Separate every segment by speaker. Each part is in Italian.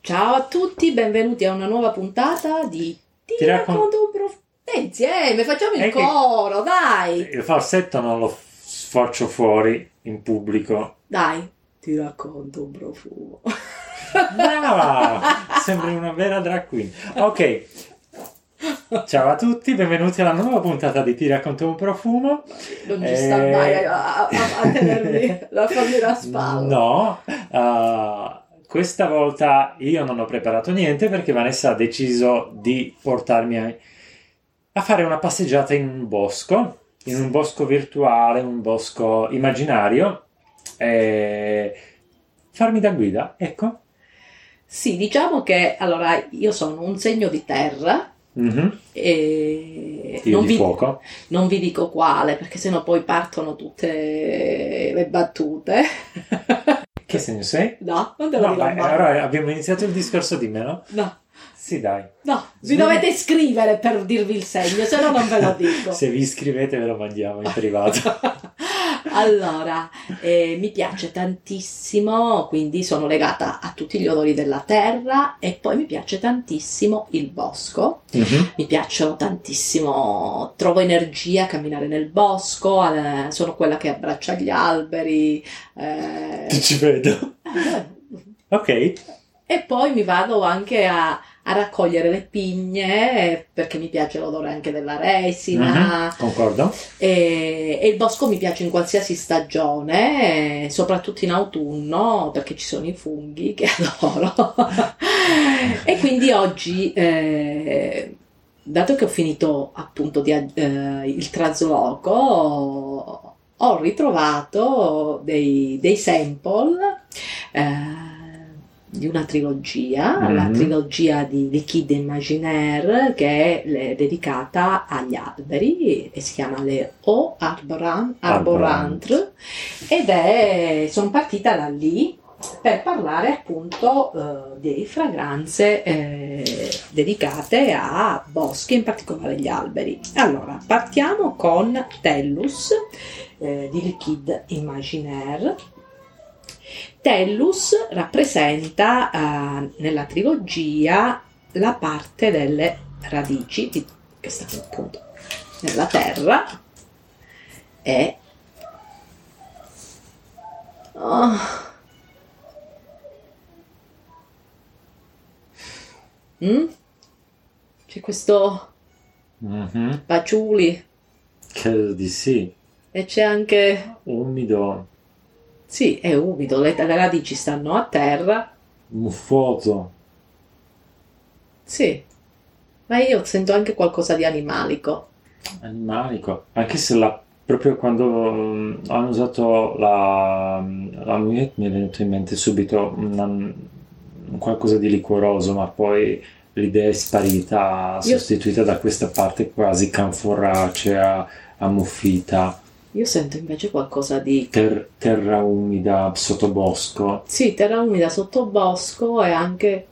Speaker 1: Ciao a tutti, benvenuti a una nuova puntata di Ti,
Speaker 2: Ti raccon-
Speaker 1: racconto un prof... Eh, insieme, facciamo il
Speaker 2: Eh, che-
Speaker 1: coro, dai!
Speaker 2: Il falsetto non lo sfoccio fuori in pubblico.
Speaker 1: Dai, ti racconto un profumo.
Speaker 2: Brava! Sembri una vera drag queen. Ok. Ciao a tutti, benvenuti alla nuova puntata di Ti racconto un profumo.
Speaker 1: Non ci sta
Speaker 2: Eh.
Speaker 1: mai a, a- a- a tenermi la farmi la spalla.
Speaker 2: No, uh, questa volta io non ho preparato niente perché Vanessa ha deciso di portarmi a, a fare una passeggiata in un bosco, in un bosco virtuale, un bosco immaginario, e farmi da guida, ecco.
Speaker 1: Sì, diciamo che, allora, io sono un segno di terra
Speaker 2: Mhm.
Speaker 1: e...
Speaker 2: Io di fuoco.
Speaker 1: non vi dico quale, perché sennò poi partono tutte le battute.
Speaker 2: Che segno sei?
Speaker 1: No, non devo
Speaker 2: No,
Speaker 1: dire
Speaker 2: dai,
Speaker 1: mai.
Speaker 2: allora abbiamo iniziato il discorso di me, no?
Speaker 1: No,
Speaker 2: Sì, dai.
Speaker 1: no, vi
Speaker 2: Sì.
Speaker 1: dovete scrivere per dirvi il segno, se no non ve lo dico.
Speaker 2: Se vi iscrivete ve lo mandiamo in privato.
Speaker 1: allora, eh, mi piace tantissimo, quindi sono legata a tutti gli odori della terra e poi mi piace tantissimo il bosco.
Speaker 2: Mhm.
Speaker 1: Mi piacciono tantissimo, trovo energia a camminare nel bosco, eh, sono quella che abbraccia gli alberi. eh,
Speaker 2: Ti ci vedo.
Speaker 1: eh,
Speaker 2: Ok.
Speaker 1: E poi mi vado anche a, a raccogliere le pigne eh, perché mi piace l'odore anche della resina
Speaker 2: Mhm. Concordo.
Speaker 1: e, e il bosco mi piace in qualsiasi stagione, eh, soprattutto in autunno perché ci sono i funghi che adoro. e quindi oggi, eh, dato che ho finito appunto di, eh, il trasloco, ho ritrovato dei, dei sample. eh, di una trilogia, la
Speaker 2: Mhm.
Speaker 1: trilogia di Liquide Imaginaire che è le- dedicata agli alberi e si chiama Le O Arboran- Arborant ed è, sono partita da lì per parlare appunto eh, di fragranze eh, dedicate a boschi, in particolare gli alberi. Allora, partiamo con Tellus eh, di Liquide Imaginaire. Tellus rappresenta eh, nella trilogia la parte delle radici di- che stanno appunto nella terra e Ah. Mm? c'è questo
Speaker 2: Mhm.
Speaker 1: paciuli
Speaker 2: Credo di sì.
Speaker 1: e c'è anche
Speaker 2: Umido,
Speaker 1: sì è umido le, le radici stanno a terra
Speaker 2: muffoso.
Speaker 1: Sì, ma io sento anche qualcosa di animalico.
Speaker 2: Animalico, anche se la, proprio quando mm, hanno usato la, la mulet mi è venuto in mente subito una- un qualcosa di liquoroso, ma poi l'idea è sparita,
Speaker 1: Io-
Speaker 2: sostituita da questa parte quasi canforacea, ammuffita,
Speaker 1: Io sento invece qualcosa di...
Speaker 2: ter- terra umida, sottobosco.
Speaker 1: Sì, terra umida sottobosco e anche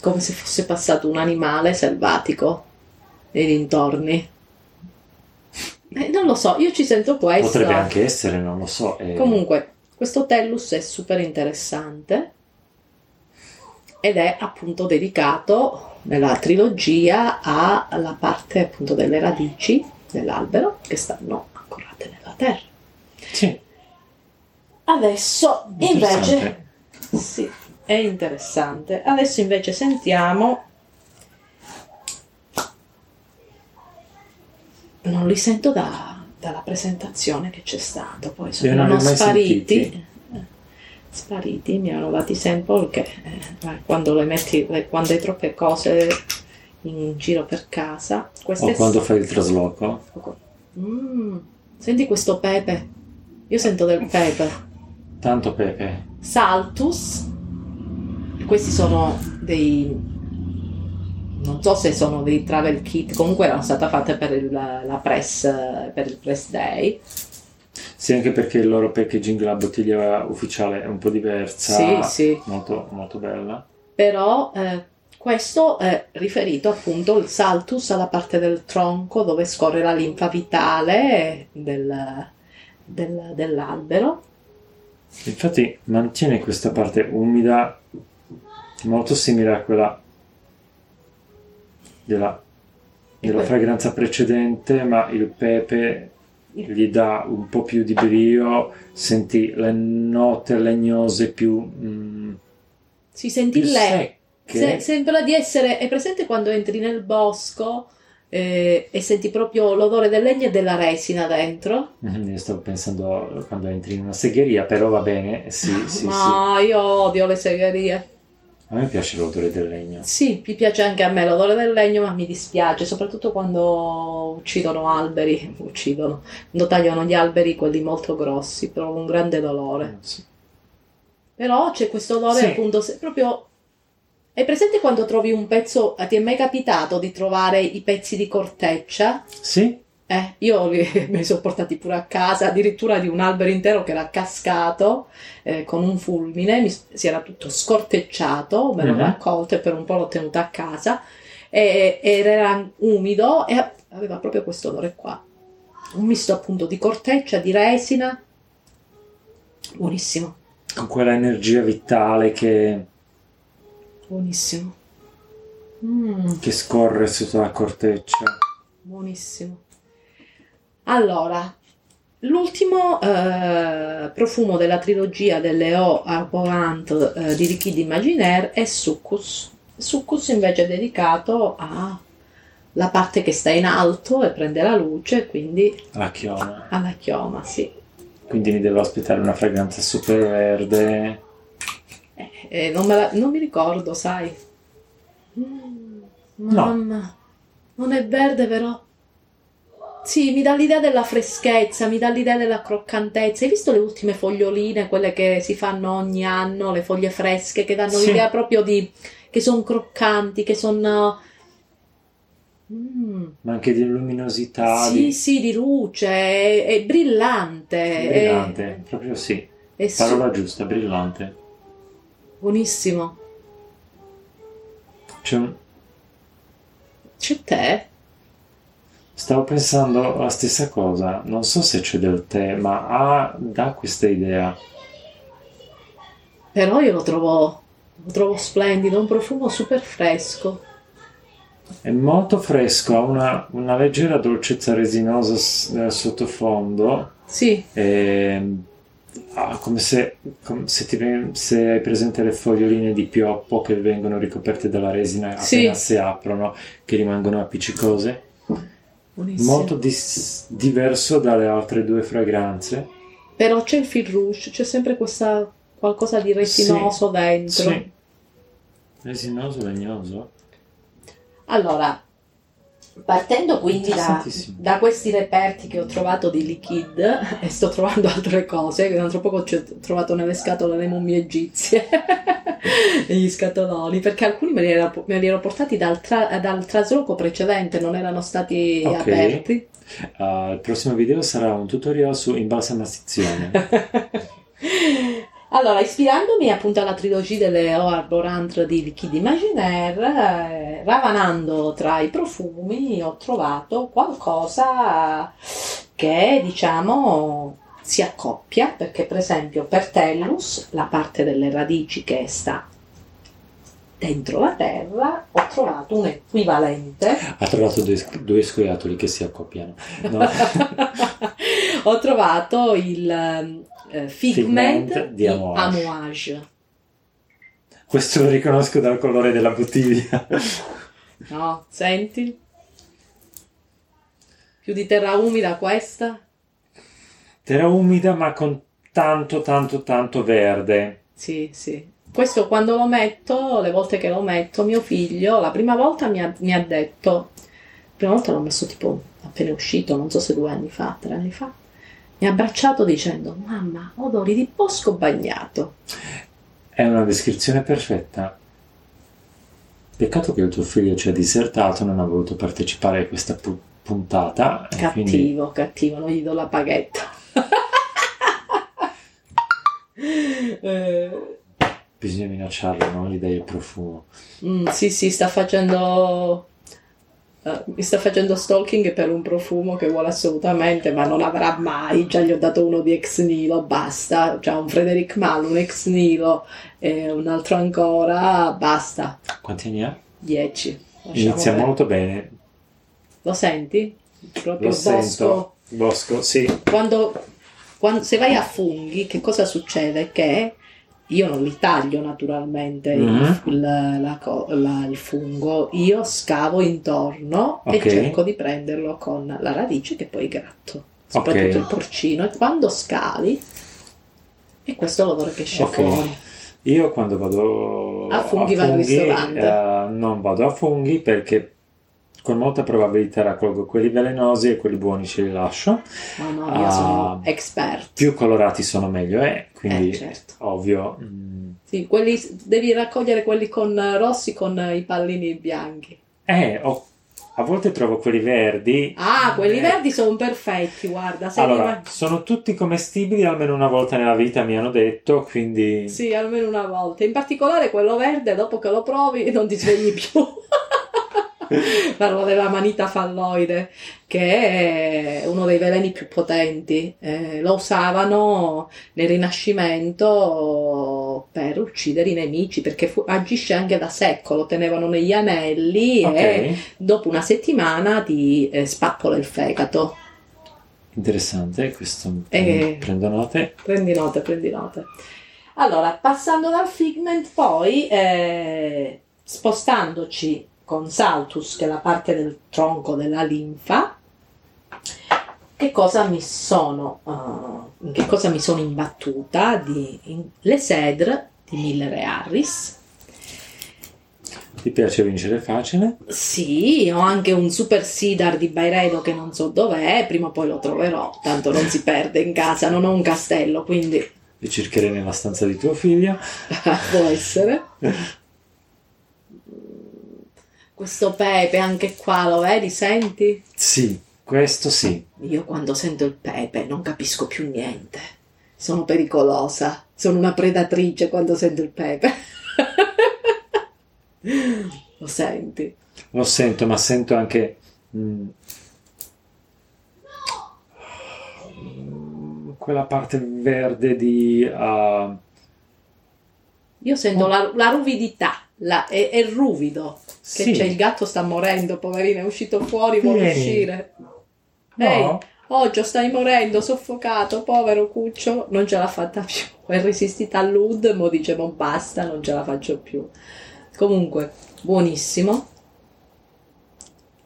Speaker 1: come se fosse passato un animale selvatico nei dintorni. Eh, non lo so, io ci sento questo.
Speaker 2: Potrebbe anche essere, non lo so. eh. è-
Speaker 1: Comunque, questo Tellus è super interessante ed è appunto dedicato nella trilogia alla parte appunto delle radici dell'albero che stanno ancorate nella terra.
Speaker 2: Sì,
Speaker 1: Adesso invece
Speaker 2: interessante.
Speaker 1: sì, è interessante. Adesso invece sentiamo Non li sento da- dalla presentazione che c'è stata, poi
Speaker 2: Io
Speaker 1: sono
Speaker 2: non li ho mai
Speaker 1: spariti.
Speaker 2: sentiti.
Speaker 1: Spariti, mi hanno dati sample che eh, quando le metti le- quando hai troppe cose in giro per casa, queste
Speaker 2: O quando fai il trasloco.
Speaker 1: Mm, senti questo pepe. Io sento del pepe.
Speaker 2: Tanto eh. pepe.
Speaker 1: Saltus, questi sono dei. Non so se sono dei travel kit, comunque erano state fatte per il, la press, per il press day.
Speaker 2: Sì, anche perché il loro packaging, la bottiglia ufficiale è un po' diversa.
Speaker 1: Sì, sì.
Speaker 2: Molto, molto bella.
Speaker 1: Però eh, questo è riferito appunto il saltus alla parte del tronco dove scorre la linfa vitale del- del- dell'albero.
Speaker 2: Infatti mantiene questa parte umida molto simile a quella della, della
Speaker 1: quel-
Speaker 2: fragranza precedente, ma il pepe
Speaker 1: Il-
Speaker 2: gli dà un po' più di brio, senti le note legnose più, mm,
Speaker 1: Si
Speaker 2: più
Speaker 1: senti lei.
Speaker 2: secche.
Speaker 1: Se- sembra di essere. È presente quando entri nel bosco eh, e senti proprio l'odore del legno e della resina dentro?
Speaker 2: Mhm, Io stavo pensando quando entri in una segheria, però va bene, sì, sì, sì.
Speaker 1: Ah, Ma io odio le segherie.
Speaker 2: A me piace l'odore del legno.
Speaker 1: Sì, mi piace anche a me l'odore del legno, ma mi dispiace, soprattutto quando uccidono alberi. Uccidono. Quando tagliano gli alberi, quelli molto grossi, provo un grande dolore.
Speaker 2: Sì.
Speaker 1: Però c'è questo odore
Speaker 2: Sì.
Speaker 1: appunto se- proprio. È presente quando trovi un pezzo. Ti è mai capitato di trovare i pezzi di corteccia?
Speaker 2: Sì?
Speaker 1: Eh, io li, me li sono portati pure a casa, addirittura di un albero intero che era cascato eh, con un fulmine, mi s- si era tutto scortecciato, me l'ho
Speaker 2: Mhm.
Speaker 1: raccolto e per un po' l'ho tenuto a casa, e, ed era umido e a- aveva proprio questo odore qua. Un misto appunto di corteccia, di resina, buonissimo.
Speaker 2: Con quella energia vitale che,
Speaker 1: Buonissimo. Mm,
Speaker 2: che scorre sotto la corteccia.
Speaker 1: buonissimo. Allora, l'ultimo eh, profumo della trilogia delle O Arborant eh, di Ricky d'Imaginaire è Succus. Succus invece è dedicato alla parte che sta in alto e prende la luce, quindi
Speaker 2: La chioma.
Speaker 1: alla chioma, sì.
Speaker 2: Quindi mi devo aspettare una fragranza super verde.
Speaker 1: Eh, eh, non, me la- non mi ricordo, sai. Mm, mamma, non è verde però. Sì, mi dà l'idea della freschezza, mi dà l'idea della croccantezza. Hai visto le ultime foglioline, quelle che si fanno ogni anno, le foglie fresche, che danno
Speaker 2: Sì.
Speaker 1: l'idea proprio di... che sono croccanti, che uh, sono... Mm,
Speaker 2: ma anche di luminosità,
Speaker 1: sì, eh.
Speaker 2: di
Speaker 1: sì, di luce, è, è brillante. è-
Speaker 2: brillante, proprio sì,
Speaker 1: È, su-
Speaker 2: parola giusta, brillante.
Speaker 1: buonissimo.
Speaker 2: C'è un-
Speaker 1: C'è te?
Speaker 2: Stavo pensando la stessa cosa, non so se c'è del tè, ma ha, dà questa idea.
Speaker 1: Però io lo trovo, lo trovo splendido, un profumo super fresco.
Speaker 2: È molto fresco, ha una, una leggera dolcezza resinosa s- nel sottofondo,
Speaker 1: Sì,
Speaker 2: e, ha Ehm, ah, come se, come se, ti ven- se hai presente le foglioline di pioppo che vengono ricoperte dalla resina
Speaker 1: Sì.
Speaker 2: appena si aprono, che rimangono appiccicose.
Speaker 1: buonissimo.
Speaker 2: molto dis- diverso dalle altre due fragranze.
Speaker 1: Però c'è il fil rouge, c'è sempre questa qualcosa di resinoso dentro.
Speaker 2: Sì. Resinoso, legnoso.
Speaker 1: Allora, partendo quindi da,
Speaker 2: Interessantissimo.
Speaker 1: da questi reperti che ho trovato di Liquid, e sto trovando altre cose, che tra poco ci ho trovato nelle scatole le mummie egizie, gli scatoloni, perché alcuni me li ero, me li ero portati dal, tra- dal trasloco precedente, non erano stati
Speaker 2: Ok.
Speaker 1: aperti.
Speaker 2: Ah, il prossimo video sarà un tutorial su imbalsamazione.
Speaker 1: Allora, ispirandomi appunto alla trilogia delle O Arborant di Liquid Imaginaire, eh, ravanando tra i profumi ho trovato qualcosa che diciamo si accoppia, perché per esempio per Tellus, la parte delle radici che sta dentro la terra, ho trovato un equivalente
Speaker 2: ha trovato due, due scoiattoli che si accoppiano. No.
Speaker 1: ho trovato il eh, figment,
Speaker 2: Figment di
Speaker 1: di
Speaker 2: Amouage.
Speaker 1: Amouage.
Speaker 2: Questo lo riconosco dal colore della bottiglia.
Speaker 1: No, senti? Più di terra umida questa?
Speaker 2: Terra umida ma con tanto, tanto, tanto verde.
Speaker 1: Sì, sì. Questo quando lo metto, le volte che lo metto, mio figlio la prima volta mi ha, mi ha detto, la prima volta l'ho messo tipo appena uscito, non so se due anni fa, tre anni fa, mi ha abbracciato dicendo, mamma, odori di bosco bagnato.
Speaker 2: È una descrizione perfetta. Peccato che il tuo figlio ci ha disertato, non ha voluto partecipare a questa pu- puntata. e Eh, quindi
Speaker 1: Cattivo, cattivo, non gli do la paghetta. Eh,
Speaker 2: Bisogna minacciarlo, non gli dai il profumo.
Speaker 1: mm, sì, sì, sta facendo eh, guarda, mi sta facendo stalking per un profumo che vuole assolutamente, ma non avrà mai. Già gli ho dato uno di ex Nilo, basta. Già un Frederick Mal, un ex Nilo e un altro ancora, basta.
Speaker 2: Quanti ne ha?
Speaker 1: 10. Lasciamo
Speaker 2: Inizia
Speaker 1: perdere.
Speaker 2: molto bene.
Speaker 1: Lo senti? Proprio
Speaker 2: Lo
Speaker 1: il bosco.
Speaker 2: sento. Bosco, sì.
Speaker 1: Quando, quan- se vai a funghi, che cosa succede? Che io non li taglio naturalmente il-
Speaker 2: Mhm.
Speaker 1: il, la co- la- il fungo, io scavo intorno
Speaker 2: Ok.
Speaker 1: e cerco di prenderlo con la radice che poi gratto,
Speaker 2: Ok.
Speaker 1: soprattutto il porcino. E quando scavi, è questo l'odore che esce
Speaker 2: Ok.
Speaker 1: fuori.
Speaker 2: Io quando vado
Speaker 1: A funghi va al ristorante.
Speaker 2: eh, non vado a funghi perché con molta probabilità raccolgo quelli velenosi e quelli buoni ce li lascio.
Speaker 1: No, no, io
Speaker 2: Ah.
Speaker 1: sono expert.
Speaker 2: Più colorati sono meglio, eh, quindi
Speaker 1: Eh, certo.
Speaker 2: ovvio. mm.
Speaker 1: Sì, quelli, devi raccogliere quelli con eh, rossi con eh, i pallini bianchi.
Speaker 2: Eh, ho- a volte trovo quelli verdi.
Speaker 1: Ah, quelli
Speaker 2: Eh,
Speaker 1: verdi sono perfetti, guarda. se li
Speaker 2: Allora,
Speaker 1: mangi-
Speaker 2: sono tutti commestibili almeno una volta nella vita, mi hanno detto, quindi...
Speaker 1: Sì, almeno una volta. In particolare quello verde, dopo che lo provi, non ti svegli più. Parlo della manita falloide, che è uno dei veleni più potenti. Eh, lo usavano nel Rinascimento per uccidere i nemici, perché fu- agisce anche da secco, lo tenevano negli anelli e
Speaker 2: Ok,
Speaker 1: dopo una settimana ti eh, spappola il fegato.
Speaker 2: interessante, questo mm,
Speaker 1: Eh.
Speaker 2: prendo note.
Speaker 1: Prendi note, prendi note. Allora, passando dal figment, poi eh, spostandoci con Saltus, che è la parte del tronco della linfa, che cosa mi sono, eh, in che cosa mi sono imbattuta? Di, in- le Cedre di Miller e Harris.
Speaker 2: Ti piace vincere facile?
Speaker 1: Sì, ho anche un super sidar di Bairedo che non so dov'è, prima o poi lo troverò, tanto non si perde in casa, non ho un castello, quindi
Speaker 2: Li cercherei nella stanza di tuo figlio.
Speaker 1: può Ah, essere. Questo pepe anche qua lo vedi, senti?
Speaker 2: Sì, questo sì.
Speaker 1: Io quando sento il pepe non capisco più niente. Sono pericolosa, sono una predatrice quando sento il pepe. lo senti?
Speaker 2: Lo sento, ma sento anche... mm, mm, quella parte verde di... ah,
Speaker 1: Io sento la, la ruvidità, la- è, è ruvido. Che
Speaker 2: sì.
Speaker 1: c'è il gatto sta morendo, poverino, è uscito fuori, vuole
Speaker 2: Vieni.
Speaker 1: uscire. Ehi,
Speaker 2: No?
Speaker 1: Oggio, stai morendo, soffocato, povero cuccio, non ce l'ha fatta più. È resistita all'ud, mo dice non basta, non ce la faccio più. Comunque, buonissimo.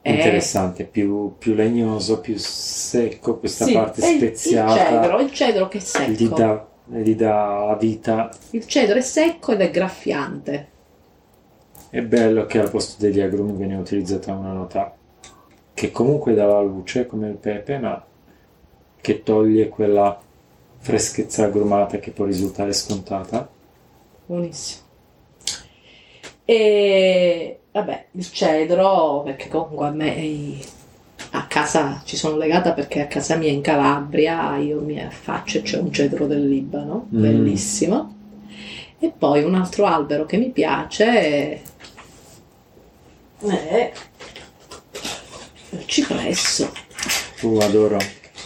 Speaker 1: Eh, E-
Speaker 2: Interessante, più, più legnoso, più secco, questa
Speaker 1: sì,
Speaker 2: parte
Speaker 1: è il- ecco. Il
Speaker 2: speziata
Speaker 1: cedro, il cedro che è
Speaker 2: gli
Speaker 1: secco.
Speaker 2: dà, gli dà la vita.
Speaker 1: Il cedro è secco ed è graffiante.
Speaker 2: È bello che al posto degli agrumi viene utilizzata una nota che comunque dà la luce, come il pepe, ma che toglie quella freschezza agrumata che può risultare scontata.
Speaker 1: Buonissimo. E vabbè, il cedro, perché comunque a me eh, a casa ci sono legata perché a casa mia in Calabria io mi affaccio e c'è un cedro del Libano,
Speaker 2: Mm.
Speaker 1: bellissimo. E poi un altro albero che mi piace è è il cipresso.
Speaker 2: Uh, adoro.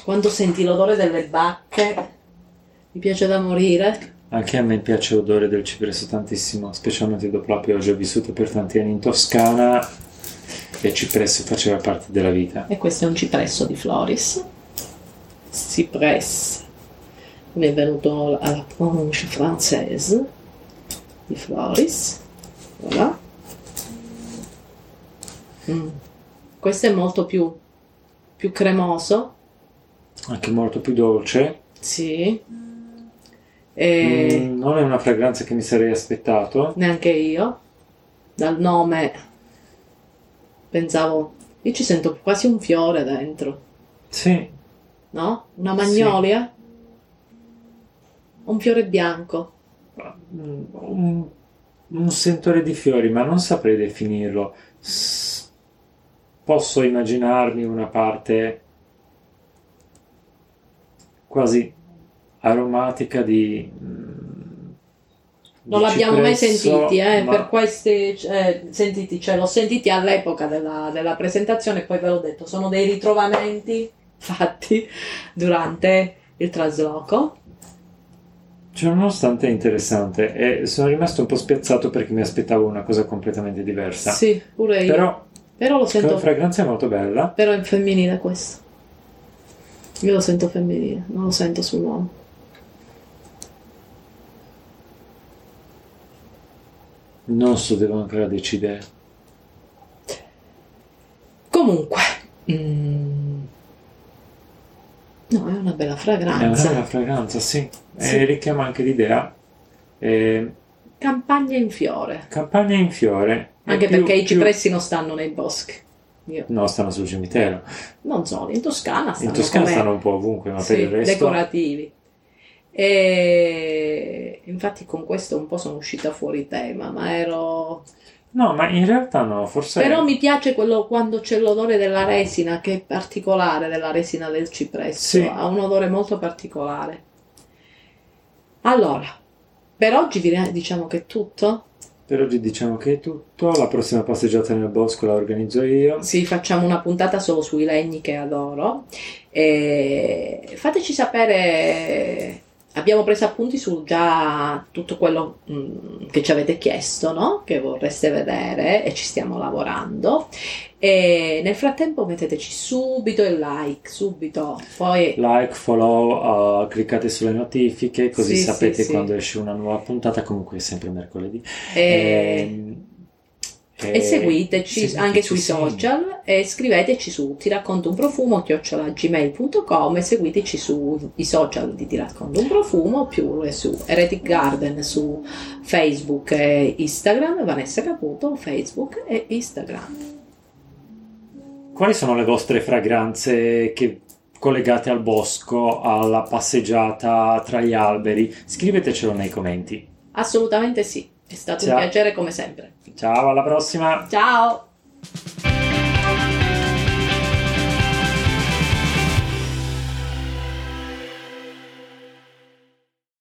Speaker 1: Quando senti l'odore delle bacche mi piace da morire.
Speaker 2: Anche a me piace l'odore del cipresso tantissimo, specialmente dopo la pioggia. Ho vissuto per tanti anni in Toscana e il cipresso faceva parte della vita.
Speaker 1: E questo è un cipresso di Floris. Cypress. Mi è venuto alla pronuncia francese di Floris. Voilà. Mm. Questo è molto più, più cremoso.
Speaker 2: anche molto più dolce.
Speaker 1: Sì. E
Speaker 2: Mm, non è una fragranza che mi sarei aspettato.
Speaker 1: Neanche io. Dal nome pensavo, io ci sento quasi un fiore dentro.
Speaker 2: Sì,
Speaker 1: No? Una magnolia? Un fiore bianco.
Speaker 2: mm, un, un sentore di fiori, ma non saprei definirlo. S- posso immaginarmi una parte quasi aromatica di, mm,
Speaker 1: Non
Speaker 2: di
Speaker 1: l'abbiamo mai
Speaker 2: ciprezzo,
Speaker 1: sentiti, eh,
Speaker 2: ma-
Speaker 1: per questi, eh, sentiti, cioè l'ho sentiti all'epoca della, della presentazione, poi ve l'ho detto, sono dei ritrovamenti fatti durante il trasloco.
Speaker 2: Cioè, nonostante è interessante, e sono rimasto un po' spiazzato perché mi aspettavo una cosa completamente diversa.
Speaker 1: Sì, pure io. Però,
Speaker 2: Però
Speaker 1: lo
Speaker 2: la
Speaker 1: sento,
Speaker 2: fragranza è molto bella.
Speaker 1: però è femminile questo. Io lo sento femminile, non lo sento sull'uomo.
Speaker 2: Non so, devo ancora decidere.
Speaker 1: Comunque, mm, no, è una bella
Speaker 2: È una
Speaker 1: fragranza.
Speaker 2: bella fragranza, sì.
Speaker 1: Sì.
Speaker 2: E richiama anche l'idea. Eh,
Speaker 1: Campagna in fiore,
Speaker 2: campagna in fiore. È
Speaker 1: anche
Speaker 2: più-
Speaker 1: perché i
Speaker 2: più-
Speaker 1: cipressi non stanno nei boschi. Io
Speaker 2: No, stanno sul cimitero.
Speaker 1: non solo, in Toscana stanno
Speaker 2: In Toscana
Speaker 1: come-
Speaker 2: stanno un po' ovunque, ma
Speaker 1: sì,
Speaker 2: per il resto...
Speaker 1: decorativi. E infatti con questo un po' sono uscita fuori tema, ma ero...
Speaker 2: No, ma in realtà no, forse...
Speaker 1: Però mi piace quello quando c'è l'odore della resina, che è particolare, della resina del cipresso,
Speaker 2: Sì.
Speaker 1: ha un odore molto particolare. Allora, per oggi vi- diciamo che è tutto.
Speaker 2: Per oggi diciamo che è tutto. La prossima passeggiata nel bosco la organizzo io.
Speaker 1: Sì, facciamo una puntata solo sui legni che adoro. E fateci sapere. Abbiamo preso appunti su già tutto quello mm, che ci avete chiesto, no? Che vorreste vedere e ci stiamo lavorando. E nel frattempo metteteci subito il like, subito. Poi eh,
Speaker 2: Like, follow, uh, cliccate sulle notifiche così
Speaker 1: Sì,
Speaker 2: sapete
Speaker 1: sì, sì.
Speaker 2: quando esce una nuova puntata, comunque è sempre mercoledì.
Speaker 1: e,
Speaker 2: Ehm,
Speaker 1: Eh, e
Speaker 2: Eh,
Speaker 1: seguiteci anche sui
Speaker 2: sì.
Speaker 1: social e scriveteci su ti racconto un profumo chiocciolagmail.com e seguiteci sui social di ti racconto un profumo oppure su Heretic Garden su Facebook e Instagram Vanessa Caputo Facebook e Instagram
Speaker 2: Quali sono le vostre fragranze che collegate al bosco, alla passeggiata tra gli alberi? Scrivetecelo nei commenti.
Speaker 1: assolutamente sì è stato
Speaker 2: Ciao.
Speaker 1: un piacere come sempre
Speaker 2: Ciao, alla prossima!
Speaker 1: ciao